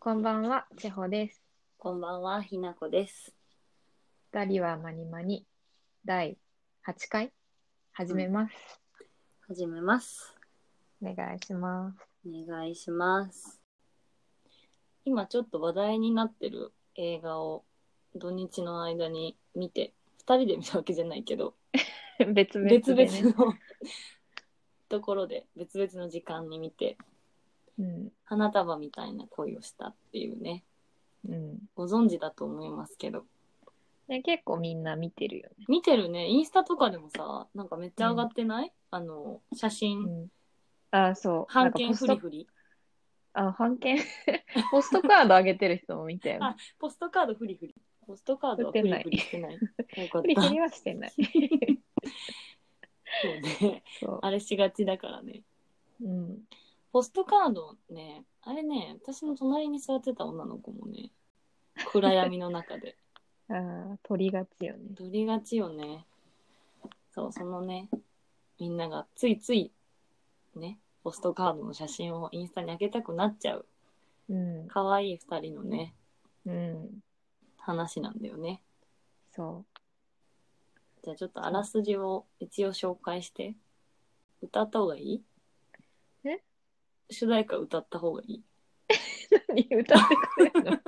こんばんは、千穂です。こんばんは、ひなこです。二人はまにまに第八回始めます。始めます。お願いします。お願いします。今ちょっと話題になってる映画を土日の間に見て、二人で見たわけじゃないけど、別々 別で、ね、々のところで、別々の時間に見て、花束みたいな恋をしたっていうね、うん、うんご存知だと思いますけど。ね。結構みんな見てるよね。見てるね、インスタとかでもさ、なんかめっちゃ上がってない、あの、写真、うん、あ、そう。半券フなんリかポスフリ。トあ、半券 ポストカードあげてる人も見たよねあ。ポストカードフリフリ。ポストカードはフリフリしてない。よかっフリた。フそうリはしてない。ね。そあれしがちだからね。う。うん。ポストカードね、あれね、私の隣に座ってた女の子もね、暗闇の中で。ああ、取りがちよね。撮りがちよね。そう、そのね、みんながついつい、ね、ポストカードの写真をインスタに上げたくなっちゃう。うん。可愛い二人のね、うん。話なんだよね。そ じゃあちょっとあらすじを一応紹介して。歌った方がいいえ主題歌歌った方がいい。う。何歌ってくれるの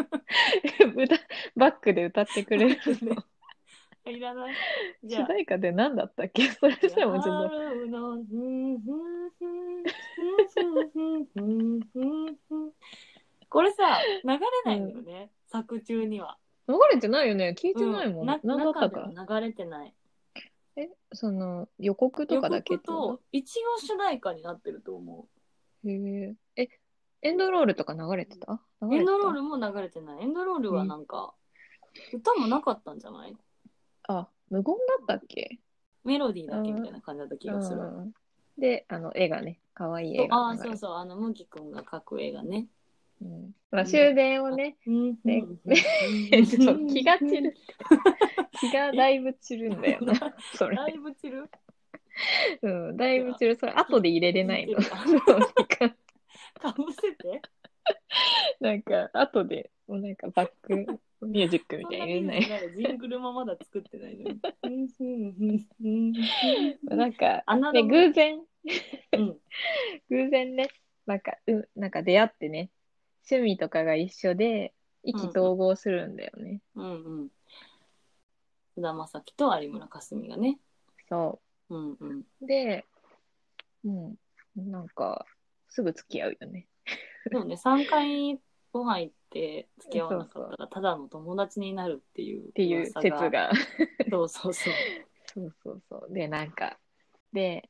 歌バックで歌ってくれるの いらない。じゃ主あ。題歌で何だったっけそれさえもちょっと春のふんふんふんふんふんふんふんこれさ、流れないんだよね。作中には。流れてないよね聞いてないもん、な何だった中かでは流れてない。えその予告と予かだけっ告、てこと一応主題歌になってると思とへええエンドロールとか流れてたう。流れてたエンドロールも流れてない。エンドロールはなんか、歌もなかったんじゃないあ無言だったっけメロディーだけみたいな感じだった気がする。うんであの絵がね可愛いそう絵がああ、流れてそうそう、あの、ムギ君が描く映画ね。うんまあ、終電をね、うんね うんちょっと気が散る。 気がだいぶ散るんだ よなそれだいぶ散る。うんだいぶ散るそれ後で入れれないの 見そてうなんかかぶせて。なんか、後で、もうなんかバックミュージックみそたんいななに言えなないい。ジングルもまだ作ってないのに。うんなんか、あなね、偶然、うん。偶然ね、なんか、うん、なんか出会ってね、趣味とかが一緒で、意気投合するんだよね。うんうん。菅田将暉と有村架純がね。そうんうん。う。で、もう、なんか、すぐ付き合うよね。そうね、3回ご飯行って付き合わなかったら、ただの友達になるっていう。っっていう説。が。 そうそうそう。そうそうそう。で、なんか、で、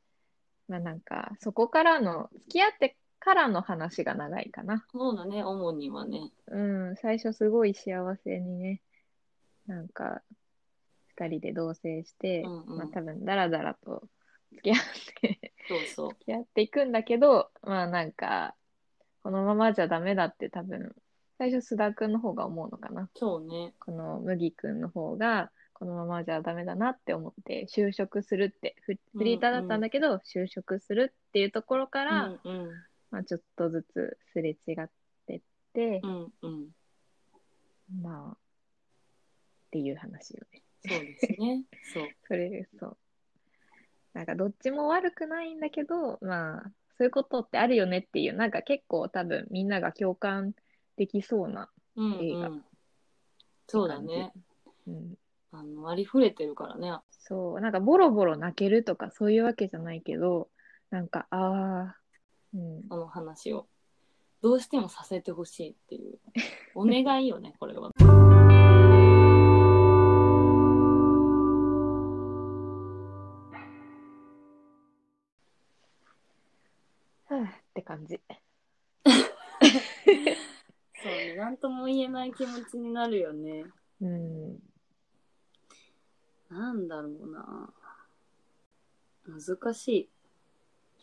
まあなんか、そこからの、付き合ってからの話が長いかな。そうだね、主にはね。うん、最初すごい幸せにね、なんか、二人で同棲して、うんうんまあ多分、だらだらと付き合って、 そうそう。付き合っていくんだけど、まあなんか、このままじゃダメだって多分、最初須田くんの方が思うのかな。そうね。この麦くんの方が、このままじゃダメだなって思って、就職するって、フフリーターだったんだけど、就職するっていうところかうら、んうん。まあちょっとずつすれ違ってって、うんうん。まあ、っていう話よね。そうです ね。そう。それ、そう。なんかどっちも悪くないんだけど、まあ、そういうことってあるよねっていう、なんか結構多分みんなが共感できそうな。うん映う画ん。そうだね。うん、あの割り触れてるからね。そう、なんかボロボロ泣けるとかそういうわけじゃないけど、なんか、ああ、うん、あの話を。どうしてもさせてほしいっていう。お願いよね、これは。はぁって感じ。 そうね、なんとも言えない気持ちになるよね。うん、なんだろうな。難し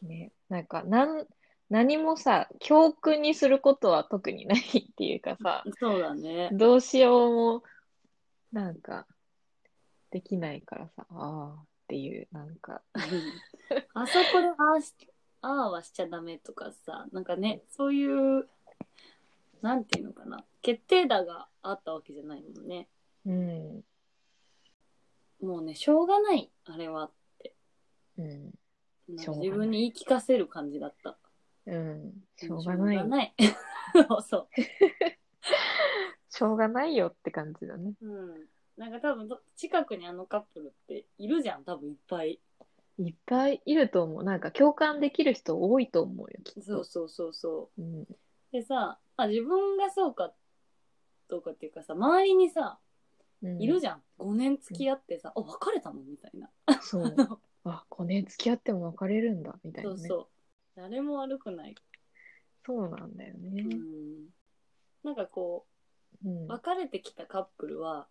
い。ね、なんか、なん、何もさ、教訓にすることは特にないっていうかさ、そうだね。 どうしようも、なんか、できないからさ、ああっていう、なんか、あそこでああし、ああはしちゃダメとかさ、なんかね、そういうなんていうのかな決定打があったわけじゃないもんねうん。もうねしょうがないあれはうん。なんしょうがかない自分に言い聞かせる感じだったうん。しょうがない。しょうがない そうしょうがないよって感じだね。そう、うん、なんか多分ど近くにあのカップルっているじゃん多分いっぱいいっぱいいると思う。なんか共感できる人多いと思うよ、きっそうと。そうそうそううん。でさあ自分がそうかどうかっていうかさ周りにさうん、いるじゃん、5年付き合ってさ「あ別れたの?」みたいな、そう。あ、5年付き合っても別れるんだ、みたいそな、うね。そう誰も悪くない、そうなんだよね。うん、なんかこうんう。別れてきたカップルは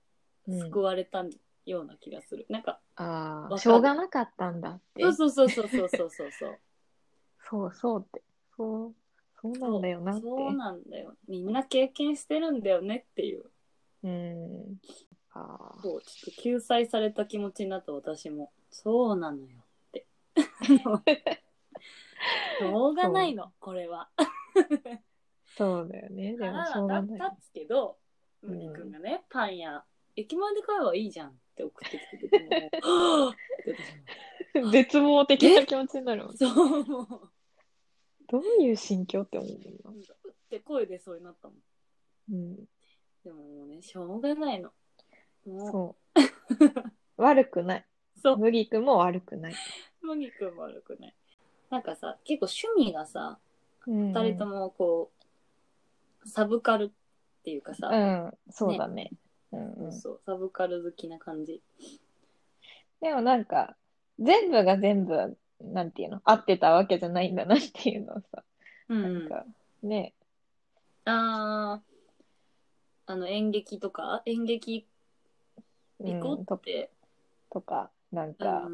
うん救われたような気がする、なんかあかあ、るしょうがなかったんだって。そうそうそうそうそうそ うそうそうそうそうって。そう、そうなんだよなって。そうなんだよみんな経験してるんだよねっていううん。ああ、そうちょっと救済された気持ちになった私もそうなのよって しょうがないのこれはそうだよね。でもしょうだがっないた。っつけど、うん海くんがね、パン屋、駅前で買えばいいじゃんって送ってきてくれても、はぁって 絶望的な気持ちになるもん 私もそう、もう、どういう心境って思うなのんかうって声出そうになったもん。うん、でももうね、しょうがないの。も そう。悪くない。う、そう、麦君も悪くない。麦くんも悪くない。なんかさ、結構趣味がさ、二二人とも。もこう、サブカルっていうかさ、うん、そうだね。うんうん、そう、サブカル好きな感じ。でもなんか、全部が全部、なんていうの、合ってたわけじゃないんだなっていうのをさ、うんなうんん。か、ね、あーあの演劇とか演劇うピコん、っとて、とか、なんうんか、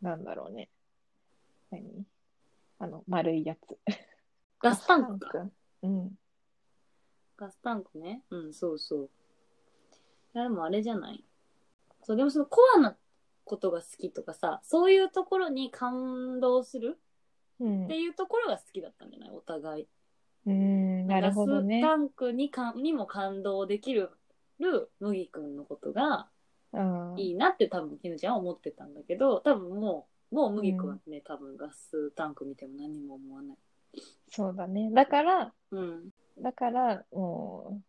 なんだろうね。何あの、丸いやつ。ガスタンクかうん。ガスタンクねうんそうそういやでもあれじゃないそうでもそのコアなことが好きとかさそういうところに感動するうんっていうところが好きだったんじゃないお互い、うん、なるほどねガ。スタンクにかにも感動できる麦くんのことがうん。いいなって多分きぬちゃんは思ってたんだけど多分もうもう麦君はね、多分ガスタンク見ても何も思わないそうだね。だから、うんだから、も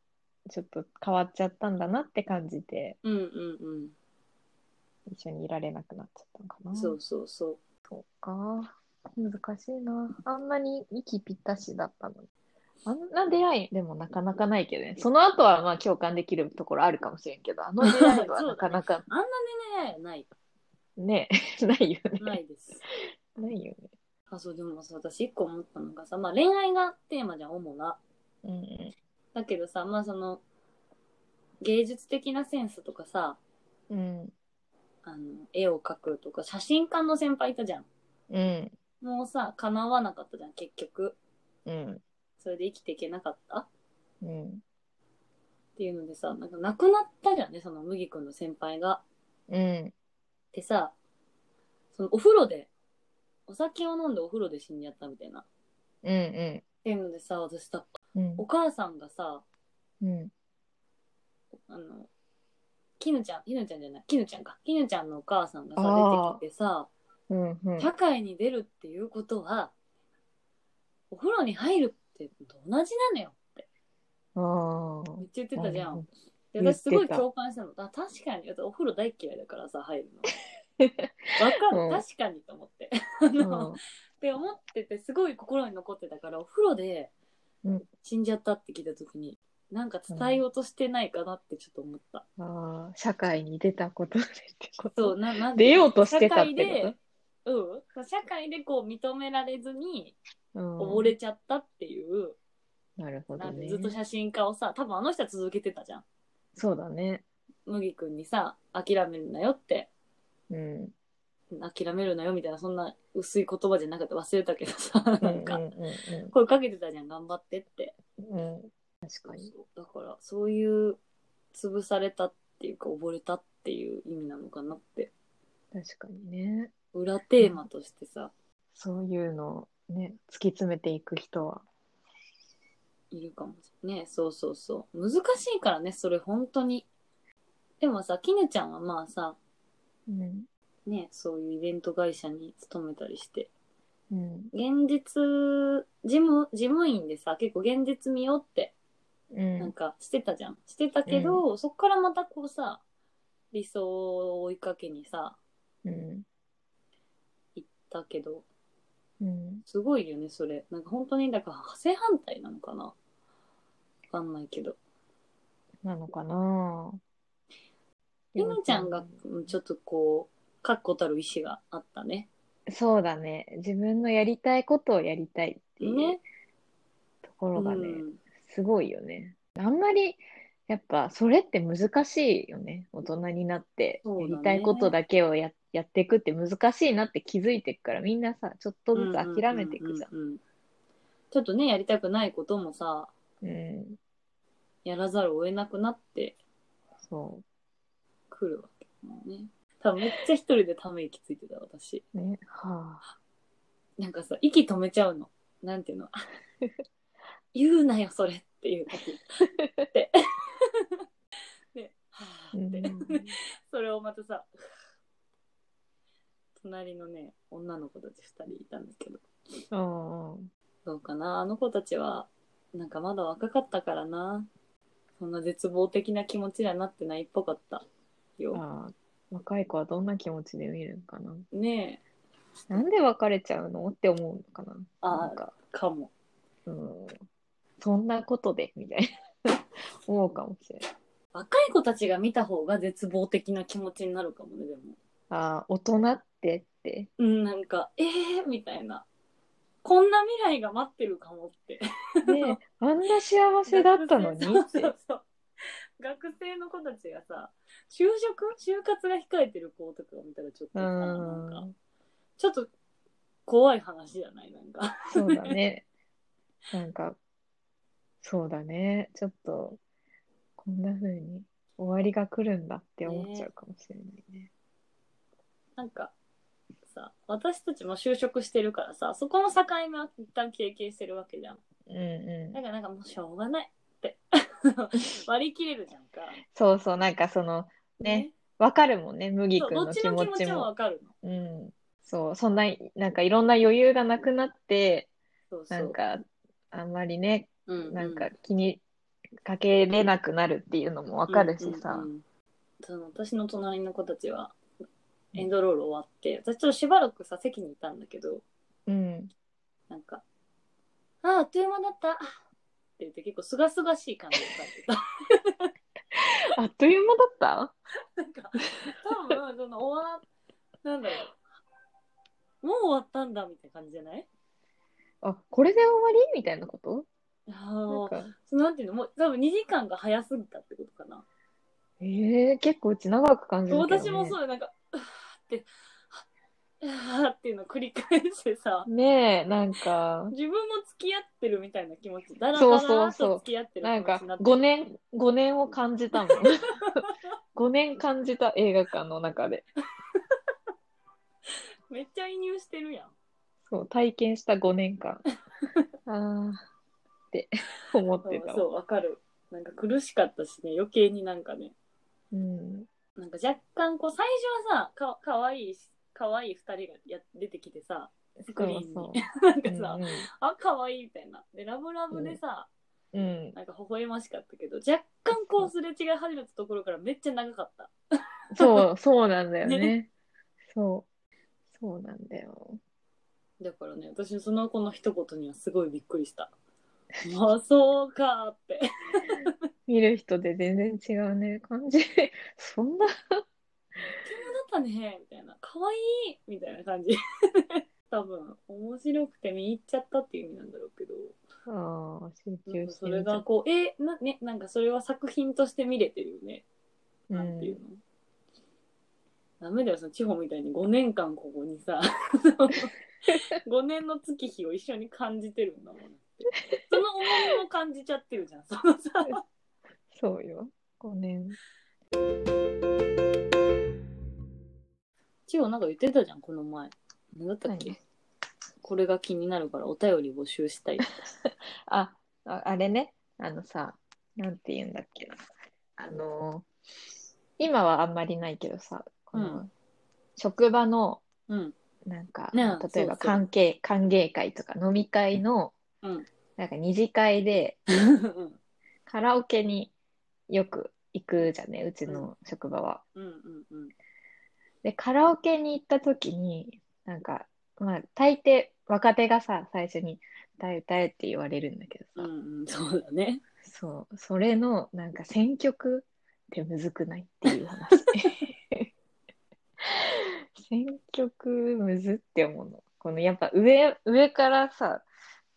う、ちょっと変わっちゃったんだなって感じて、うんうん一緒にいられなくなっちゃったのかうな。んそうそうそうそうか。難しいな。あんなに息ぴったしだったのに。あんな出会いでもなかなかないけどね。その後はまあ共感できるところあるかもしれんけど、あの出会いはなかなかあんなにね ないね、ないよね。ないですないよね。あそうでもさ私一個思ったのがさ、まあ、恋愛がテーマじゃん主なうんだけどさまあその芸術的なセンスとかさうん。あの絵を描くとか写真家の先輩いたじゃんうん。もうさ叶わなかったじゃん結局うん。それで生きていけなかったうん。っていうのでさなんか亡くなったじゃんねその麦君の先輩が。うん。でさそのお風呂でお酒を飲んでお風呂で死んじゃったみたいな。っうん。ていうのでさ私さうん。お母さんがさうん。あのきぬちゃんきぬちゃんじゃないきぬちゃんかきぬちゃんのお母さんがあさー出てきてさうん。うん。社会に出るっていうことはお風呂に入るってのと同じなのよってあめっちゃ言ってたじゃうんん。で私すご言っいてた共感したの。あ確かに。私お風呂大嫌いだからさ、入る の。わかる、うん確かにと思って。 ああ。の、って思ってて、すごい心に残ってたから、お風呂でうん死んじゃったって聞いた時に、なんか伝えようとしてないかなってちょっと思った。ああ、社会に出たことでってこと。そう、な、なん出ようとしてたって社会でうん、社会でこう認められずにことうん溺れちゃったっていう、なるほなどんかねずっ。と写真家をさ多分あの人は続けてたじゃんそうだね。麦君にさ諦めるなよってうん。諦めるなよみたいなそんな薄い言葉じゃなくて忘れたけどさうなんんかうんう声かけてたじゃん頑張ってってんうん。うん。確かに。だからそういう潰されたっていうか溺れたっていう意味なのかなって確かにね。裏テーマとしてさそういうのをね、突き詰めていく人は、いるかもしれない。ね、そうそうそう。難しいからね、それ本当に。でもさ、きねちゃんはまあさ、うん。ね、そういうイベント会社に勤めたりして、うん。現実、事務、事務員でさ、結構現実見ようって、うなんん。かしてたじゃん。してたけど、そっからまたこうさ、理想を追いかけにさ、うん。行ったけど、うん。すごいよね、それ。なんか本当に、だから正反対なのかなわかんないけど。なのかなゆみちゃんが、うんちょっとこう、確固たる意志があったね。そうだね。自分のやりたいことをやりたいっていうねところがね、うんすごいよね。あんまり、やっぱ、それって難しいよね。大人になって、そうだやねりたいことだけをややっていくって難しいなって気づいていくから、みんなさ、ちょっとずつ諦めていくじゃん。ううううんちょっとね、やりたくないこともさ、うん。やらざるを得なくなってそくるわけだもんね。多分めっちゃ一人でため息ついてた、私。う。ね。はあ。なんかさ、息止めちゃうの。なんていうの 言うなよ、それっていう時。って。で、はうぁって。んそれをまたさ、隣のね、女の子たち二人いたんだけど、うんうん。どうかな、あの子たちは、なんかまだ若かったからな、そんな絶望的な気持ちにはなってないっぽかったよ。ああ若い子はどんな気持ちで見るのかな。ねえ、なんで別れちゃうのって思うのかな。あなんか、かも。うん、そんな ことで、みたいな。思うかもしれない。若い子たちが見た方が絶望的な気持ちになるかもね、でも。ああ、大人ってって。うん、なんか、えー、みたいな。こんな未来が待ってるかもって。 ねえあんな幸せだったのに学って。生 そうそうそう学生の子たちがさ就職就活が控えてる子とかを見たらちょっとうさなんかん。ちょっと怖い話じゃないなんかそうだね。なんか、そうだね。ちょっと、こんな風に終わりが来るんだって思っちゃうかもしれないね。なんかさ私たちも就職してるからさそこの境目は一旦経験してるわけじゃんうんうだん。からなんかもうしょうがないって 割り切れるじゃんかそうそう、なんかその、ねわかるもんね、麦そう君どっのち気の持気ち持ちもも。わかるのうん。そう、そんな、なんかいろんな余裕がなくなって、そうそうなんか、あんまりね、うんうなんか気にかけれなくなるっていうのもわかるしうんさう。んうんその私の隣の子たちはエンドロール終わって、私ちょっとしばらくさ席にいたんだけどうん。なんか「あああっという間だった」って言って結構すがすがしい感じで書いてたあっという間だっなんか多分その終わなんだろうもう終わったんだみたいな感じじゃないたあ、これで終わりみたいなことあなんーか、なんていうのもう多分2時間が早すぎたってことかなええ結構うち長く感じるけど、ね。私もそうよなんか「うわ」って「うわ」っていうのを繰り返してさねえ、なんか、自分も付き合ってるみたいな気持ちだらだそうらそうーそうと付き合ってるなん気持かちになって5年、5年を感じ たもん。5年感じた映画館の中で。めっちゃ移入してるやんそう、体験した5年 間。あーって思っそうてたわそうわかるなんか苦しかったしね余計になんかねうん。なんか若干こう最初はさかかわいいしかわいい2人がや出てきてさスクリーンにそうなんそかさ、う。あかわいいみたいなでラブラブでさ、うんうん。なんか微笑ましかったけど若干こうすれ違い始めたところからめっちゃ長かったそう、そうなんだよねね。そう。そうなんだよ。だからね私その子の一言にはすごいびっく りしたまあそうかーって見る人で全然違うね。感じ。 そんな、だったねみたいな可愛いみたいな感じ 多分面白くて見入っちゃったっていう意味なんだろうけどああ、集中なんかしそてみれたがこうえな,、ね、なんかそれは作品として見れてるよね、う。なんていうんのダメだよその地方みたいに5年間ここに さ5年の月日を一緒に感じてるんだもんってその重みも感じちゃってるじゃんそのさそうよ。5年。地方なんか言ってたじゃんこの前何だったっけ、何これが気になるからお便り募集したいあ、あああれね、あのさ、なんて言うんだっけな。あのー今はあんまりないけどさ、こうの、職場の、うん。なんか、ねえ例えそうそうば歓迎、歓迎会とか飲み会の、うん。なんか二次会で、カラオケによく行くじゃんね、うちの職場は。うんうんうん。で、カラオケに行った時に、なんか、まあ、大抵、若手がさ、最初に、歌え歌えって言われるんだけどさ、うんうん。そうだね。そう、それの、なんか選曲ってむずくないっていう話。 選曲むずって思うの。このやっぱ上、上からさ、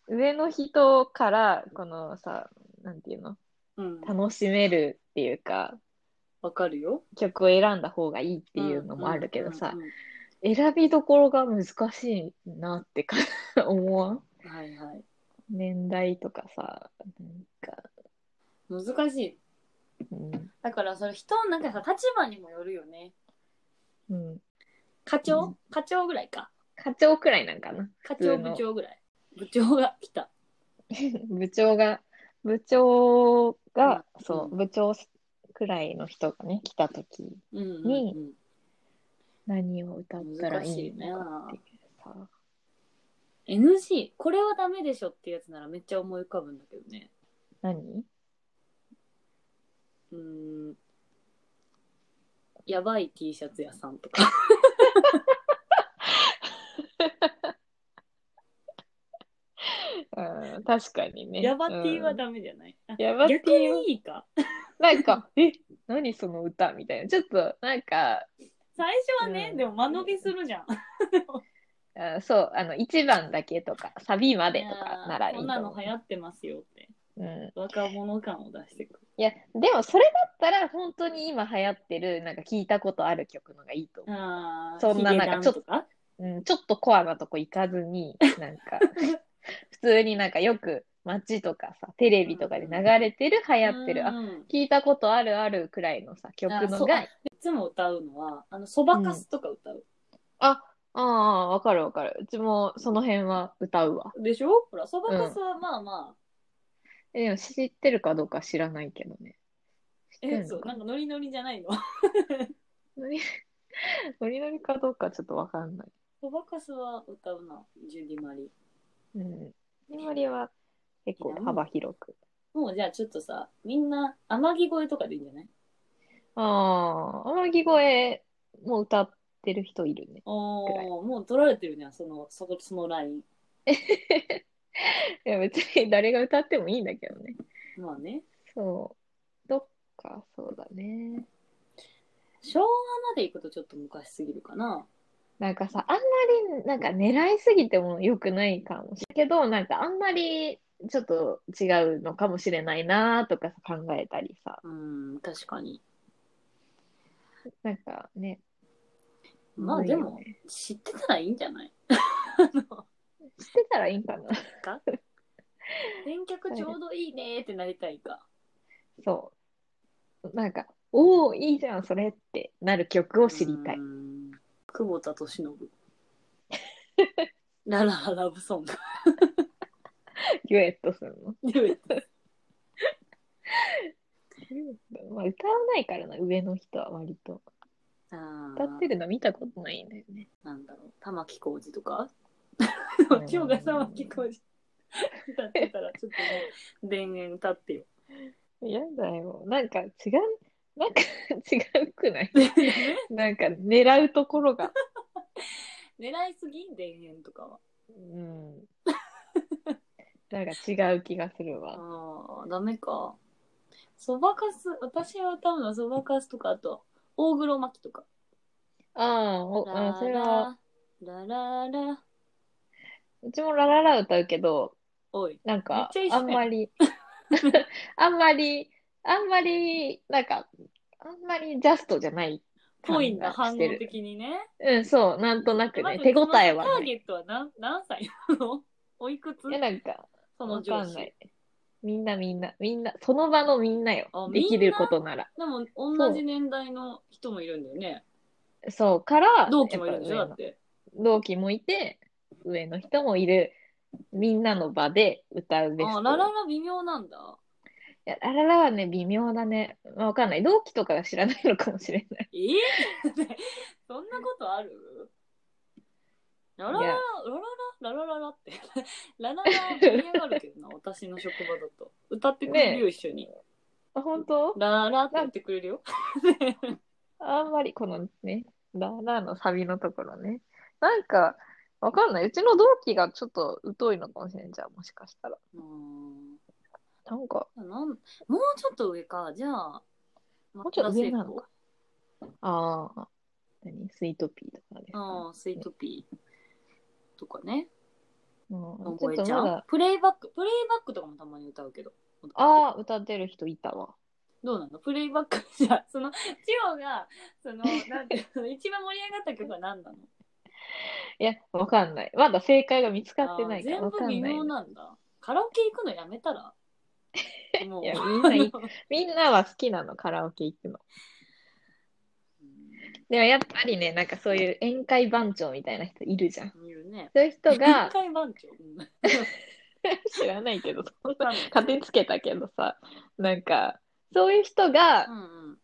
上の人から、このさ、なんていうの、うん。楽しめるっていうか、わかるよ。曲を選んだ方がいいっていうのもあるけどさうん、うんうん選びどころが難しいなってか思わんうん。はいはい。年代とかさ、なんか、難しい。うん、だから、それ人のなんかさ、立場にもよるよね。うん。課う長ん課長ぐらいか。課長くらいなんかな。 課普長通の部長ぐらい。部長が来た。部長が、部長が、うんそうう、部長くらいの人がね、来たとき、うんうんにうん。何を歌ったらいいのかっていうさ。 NG これはダメでしょってやつならめっちゃ思い浮かぶんだけどね何うーんやばい T シャツ屋さんとかうん、確かにね。やば T はうんダメじゃない、あやば T 逆は、にいいかなんか、え、何その歌みたいな。ちょっと、なんか、最初はね、うんでも間延びするじゃんあそう、あの、1番だけとか、サビまでとかならいいいとやーこん思なう。の流行ってますよってうん。若者感を出してくるいや、でもそれだったら、本当に今流行ってる、なんか聞いたことある曲のがいいと思う。あー そんなヒゲダンなんかちょっととかうん、ちょっとコアなとこ行かずに、なん か、普通になんかよく街とかさ、テレビとかで流れてる、流行ってる、あ、うんうん聞いたことあるあるくらいのさ、曲のが、あそういつも歌うのはあのそばかすとか歌う、あ、ああ、わかるわかる。うちもその辺は歌うわ。でしょほらそばかすはまあまえでも知ってるかどうか知らないけどね。知っあ、てえるそのうかなんかノリノリじゃないの ノ リノリノリかどうかちょっとわかんない。そばかすは歌うな、ジュディマリ。うん。ノリは結構幅広く。もうじゃあちょっとさ、みんな天城越えとかでいいんじゃないああ、天城越えも歌ってる人いるね。おくらいー、もう取られてるじゃん、その、そこ、そのライン。いや別に誰が歌ってもいいんだけどね。まあね。そう。どっか、そうだね。昭和まで行くとちょっと昔すぎるかな。なんかさ、あんまりなんか狙いすぎても良くないかもしれないけど、なんかあんまりちょっと違うのかもしれないなとかさ考えたりさ、うん、確かに。なんかね。まあむずいでよも、ね知ってたらいいんじゃない知ってたらいいんかな。か電脚ちょうどいいねーってなりたいか。そう。なんか、おお、いいじゃん、それってなる曲を知りたい。うん。久保田敏信。ラララブソング。 デュエットするの。まあ、歌わないからな、上の人は割と。歌歌ってるの見たことないんだよね。なんだろう、玉置浩二とかうん今日が玉置浩二歌ってたら、ちょっともう、田園歌ってよ。やだよ。なんか違う、なんか 違うく ないなんか狙うところが。狙いすぎ田園とかは。うん。なんか違う気がするわ。ああ、ダメか。そばかす、私は歌うのはそばかすとか、あと、大黒摩季とか。ああ、おあそれは、ララララ、うちもラララ歌うけど、おい。なんかめっちゃ一緒、やあんま り、あんまり、あんまり、なんか、あんまりジャストじゃないぽい感んだ、が反し応てる。的にね。うん、そう、なんとなくまね。ず手応えはそのターない。ゲットは何何歳なの おいくついや、なんか、そのわ上かん司な。い。みんなみんな、みんな、その場のみんなよあ。できることなら。でも同じ年代の人もいるんだよね。そうから、同期もいるんでしょやっだぱって。上の同期もいて、上の人もいる。みんなの場で歌うべあスー、トラララ微妙なんだ。いや、ラララはね、微妙だね。まあ、わかんない。同期とかが知らないのかもしれない。えー、そんなことあるラララ、いラやララ、ララララって。 ラララ盛り上がるけどな、私の職場だと。歌ってくれるよ、一緒に。あ、本当ラララってやってくれるよ。あんまりこのね、ララのサビのところね。なんか、わかんない。うちの同期がちょっと疎いのかもしれんじゃん、もしかしたら。うーんなんか、なんもうちょっと上か。じゃあ、もうちょっと上なのかああ、何スイートピーとかですか。ああ、スイートピーとかね。うん、のちょぼっえとちゃまんだ、。プレイバック、プレイバックとかもたまに歌うけど。ああ、歌ってる人いたわ。どうなのプレイバックじゃあその、千代が、その、なんていうの、一番盛り上がった曲は何なのいや、わかんない。まだ正解が見つかってないから、あーわか全部微んない妙。なんだ。カラオケ行くのやめたらもういやみんな行 あのみんなは好きなの、カラオケ行くの。でもやっぱりね、なんかそういう宴会番長みたいな人いるじゃん。うんいるね。そういう人が宴、会番長。うん 知らないけど、わかんない勝手につけたけどさ、なんか、そういう人がう んうん。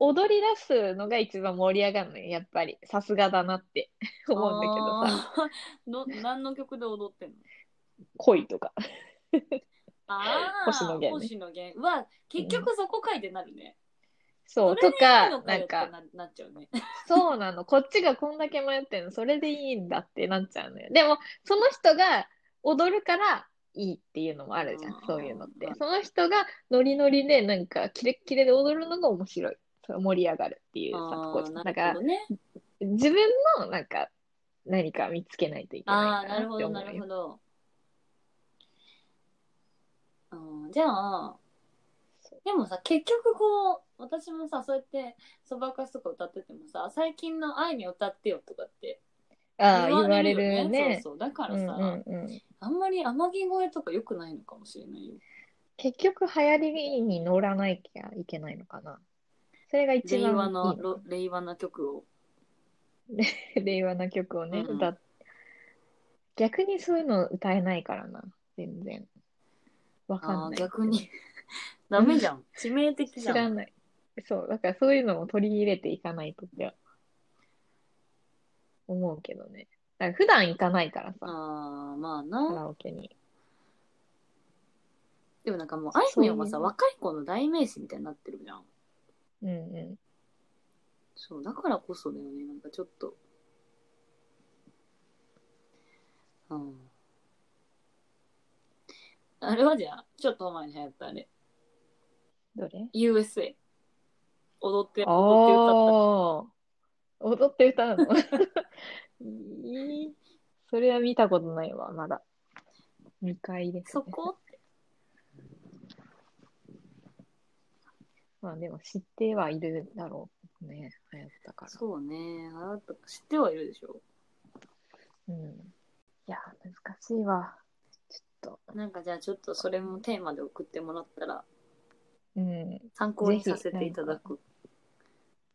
踊り出すのが一番盛り上がるのよ、やっぱり。さすがだなって 思うんだけどさ、あーの何の曲で踊ってんの恋とか。ああ、星野源ね星野源。うわ、結局そこかいってなるね。そう、それとでいいか、のかなよんってなか、なっちゃうね。そうなの、こっちがこんだけ迷ってんの、それでいいんだってなっちゃうのよ。でも、その人が踊るから、いいっていうのもあるじゃあん、ーそういうのってまあ。その人がノリノリで、なんか、キレッキレで踊るのが面白い。それ盛り上がるっていうさ、とこあじゃーんなだからるほ、どね。自分のなんか何か見つけないといけあなあ、いなかなるっほてど、思なうるよほ。ど。うん、じゃあ、でもさ、結局こう、私もさ、そうやって、そばかすとか歌っててもさ、最近の愛に歌ってよとかってああ言われるよね。そうそう。だかうらんさ、うんうんあんまり天城越えとか良くないのかもしれないよ。結局流行りに乗らなきゃいけないのかな。それが一令番和のいい、ろ令和な曲を。令和の曲をね、うん歌っ逆にそういうの歌えないからな、全然。わかんあなあー、い。逆に。ダメじゃん。致命的知じゃらん。ない。そう、だからそういうのも取り入れていかないとって思うけどね。だから普段行かないからさ、ああ、まあカな。ラオケに。でもなんかもう、あいみょんはさ、若い子の代名詞みたいになってるじゃん。うんうん。そう、だからこそだよね、なんかちょっと。うん。あれはじゃあ、ちょっと前に流行ったあれ、どれ USA。踊って、あ踊って歌あ、っ踊って歌うの いいそれは見たことないわ、まだ。未開でた。す、そね。こまあでも知ってはいるだろうね、流行ったから。そうね、流行った知ってはいるでしょ。うん。いや、難しいわ。ちょっと。なんかじゃあちょっとそれもテーマで送ってもらったら、うん。参考にさせていただく。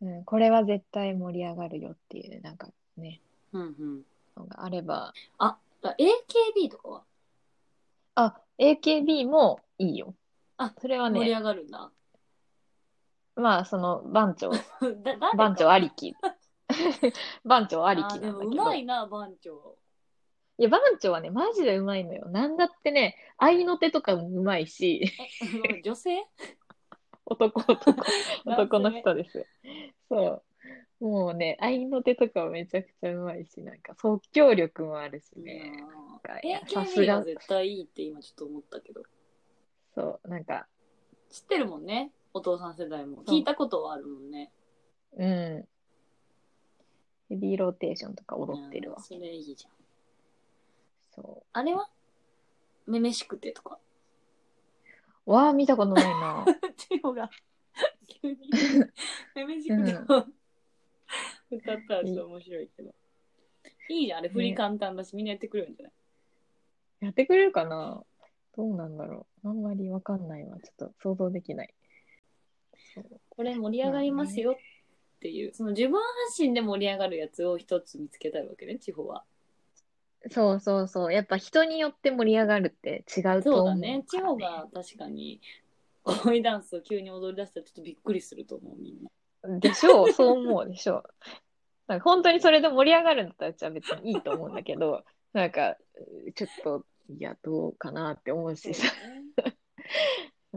うん、これは絶対盛り上がるよっていう、なんかね、うんうん。のがあれば。あ、だ AKB とかはあ、AKB もいいよ。あ、それは盛りね、上がるんだ。 まあその番長、だ誰か番長あり き。番長あありきーでなんもだうけどま。いな、番長。いや、番長はね、マジでうまいのよ。なんだってね、合いの手とかもうまいし、 え、女性男、男、 男の人です。そう。もうね、合いの手とかもめちゃくちゃうまいし、なんか即興力もあるしね。いやなんかさーす AKB がは絶対いいって今ちょっと思ったけどそう、なんか、知ってるもんねお父さん世代もそう聞いたことはあるもんねうん。ヘビーローテーションとか踊ってるわうん。それいいじゃんそあれはめめしくてとかう。わあ、見たことないな。チヨが 急にめめしくてを歌ったらちょっと面白いけどいいじゃんあれ振り簡単だし、みんなやってくれるんじゃないやってくれるかなどうなんだろう。あんまりわかんないわ。ちょっと想像できない。これ盛り上がりますよっていうその自分発信で盛り上がるやつを一つ見つけたいわけね地方はそうそうそう。やっぱ人によって盛り上がるって違うと思う。そうだね。千穂が確かに恋ダンスを急に踊り出したらちょっとびっくりすると思うみんな。でしょう、そう思うでしょう。なんか本当にそれで盛り上がるんだったらじゃあ別にいいと思うんだけど、なんか、ちょっと、いや、どうかなって思うしさ、や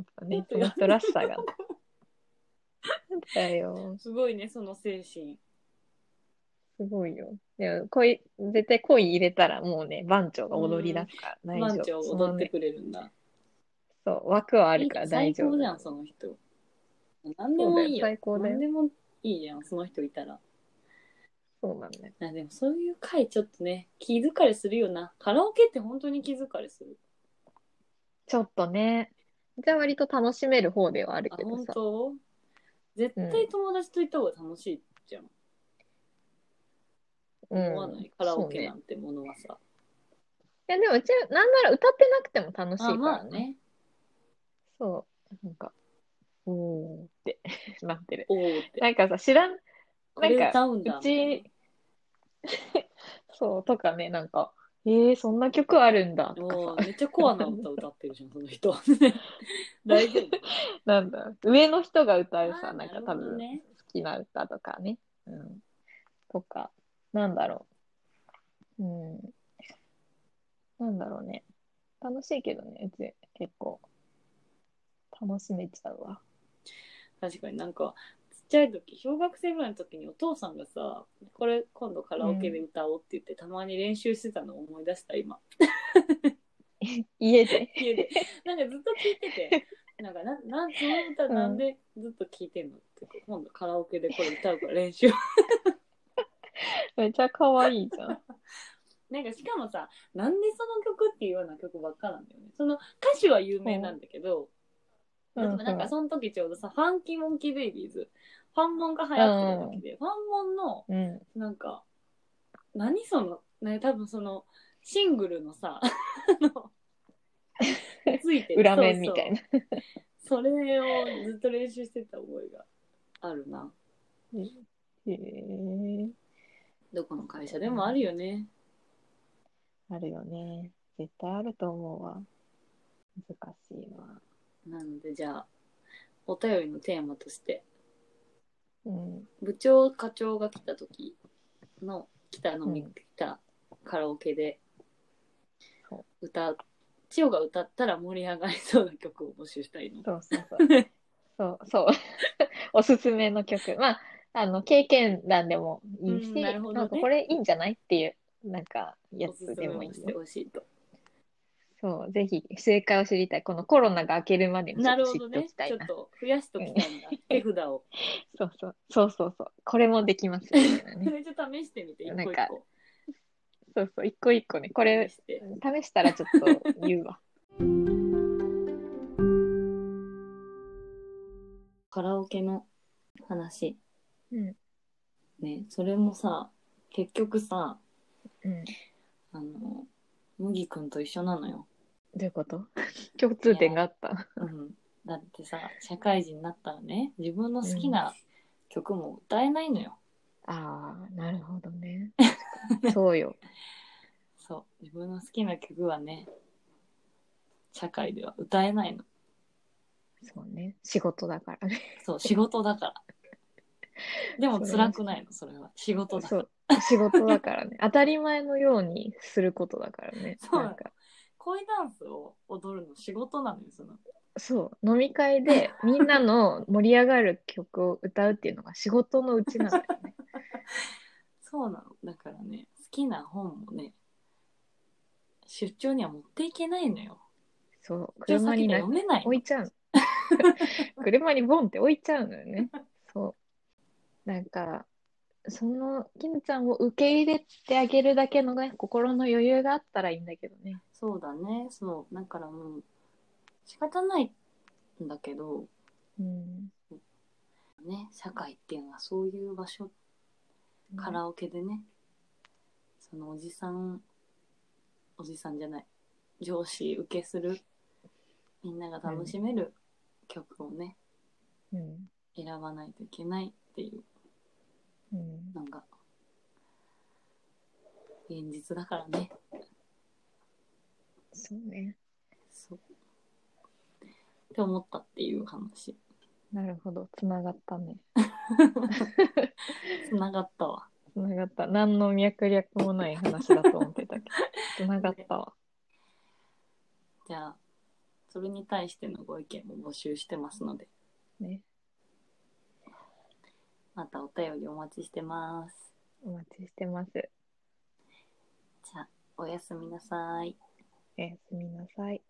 っぱね、その人らしさ が。だよ、すごいねその精神。すごいよ。でも、恋、絶対恋入れたらもうね、番長が踊り出すから大マンチ丈を夫。そ踊ってのねくれるんだ。そう、枠はあるから大丈い夫。いじゃん最高じゃんその人。何でもいいそよ。うだよ最高だよ何でもいいじゃんその人いたら。そうなんだよ。あでもそういう回ちょっとね気疲れするよな。カラオケって本当に気疲れする。ちょっとね、じゃあ割と楽しめる方ではあるあけど本さ。当絶対友達と行った方が楽しいじゃん。うん思わないカラオケそうねなんてものはさ。いやでもうちはなんなら歌ってなくても楽しいからあね。まあね。そう。なんか、おーって なってる。おおって。なんかさ、知らん、これ歌うんうだ。ち、そう、とかね、なんか、えー、そんな曲あるんだとかおさー、めっちゃコアな歌歌ってるじゃん、その人。大丈夫。なんだ、上の人が歌うあさ、ーなんかる多ほど分、ね好きな歌とかね。うん。とか、なんだろう。うん。なんだろうね。楽しいけどね、うち、結構。楽しめちゃうわ。確かになんか、ちっちゃい時、小学生ぐらいの時にお父さんがさ、これ今度カラオケで歌おうって言って、たまに練習してたのを思い出した、今。家で。家で。なんかずっと聴いてて、なんか、な、なん、その歌なんでずっと聴いてんのって、今度カラオケでこれ歌うから練習。 めっちゃ可愛いじゃん。なんかしかもさ、なんでその曲っていうような曲ばっかなんだよね。その歌詞は有名なんだけど、でもなんかその時ちょうどさ、ファンキーモンキーベイビーズ、ファンモンが流行ってる時で、ファンモンの、うんうん、なんか、何その、ね、多分その、シングルのさ、あの、ついてる裏面みたいな。そうそうそれをずっと練習してた覚えがあるな。へえどこの会社でもあるよね。あるよね。絶対あると思うわ。難しいわ。なので、じゃあ、お便りのテーマとして、うん。部長課長が来た時の来た飲み、うん来たカラオケでそ歌う千代が歌ったら盛り上がりそうな曲を募集したいのそうそうそう。そうそう。 おすすめの曲。まあ、あの、経験談でもいいし、うんなるほどねんかこれいいんじゃないっていう、なんか、やおすつすでめもいをいしてよ。ほしいとそう、ぜひ正解を知りたい。このコロナが明けるまでにちょなっとる知ほっどておねきたいちょな。っと増やしておきたいんだ手札 をそうそうそうそうそう。これもできますみたいなそね。れちょっと試してみて一個なん一か個 そうそう、一個一個ね。これ試して試したらちょっと言うわ。カラオケの話うん。ねそれもさ結局さ うん。あの麦くんと一緒なのよどういうこと 共通点があった。うん、だってさ社会人になったらね自分の好きな曲も歌えないのよ、ああ、なるほど ね。そうよ。そう自分の好きな曲はね社会では歌えないのそうね。仕事だからね。そう仕事だ からでも辛くないのそれは仕事だかそらう。仕事だから ね。当たり前のようにすることだからね。そうなんか。恋ダンスを踊るの仕事なのよそのそう。飲み会 でみんなの盛り上がる曲を歌うっていうのが仕事のうちなんだよ ね。そうなのだからね好きな本もね出張には持っていけないのよそう。出張車先にでな読めないの置いちゃう の。車にボンって置いちゃうのよね。そう。なんか、その、金ちゃんを受け入れてあげるだけのね、心の余裕があったらいいんだけどね。そうだねそうだからもう仕方ないんだけどうん。ね社会っていうのはそういう場所カラオケでね、そのおじさんおじさんじゃない上司受けするみんなが楽しめる曲をね、うん。選ばないといけないっていううん。のが現実だからねそうね。そう。って思ったっていう話。なるほど。つながったね。つながったわ。つながった。何の脈略もない話だと思ってたけど。つながったわ。じゃあ、それに対してのご意見も募集してますので、ね。またお便りお待ちしてます。お待ちしてます。じゃあ、おやすみなさい。おやすみなさい。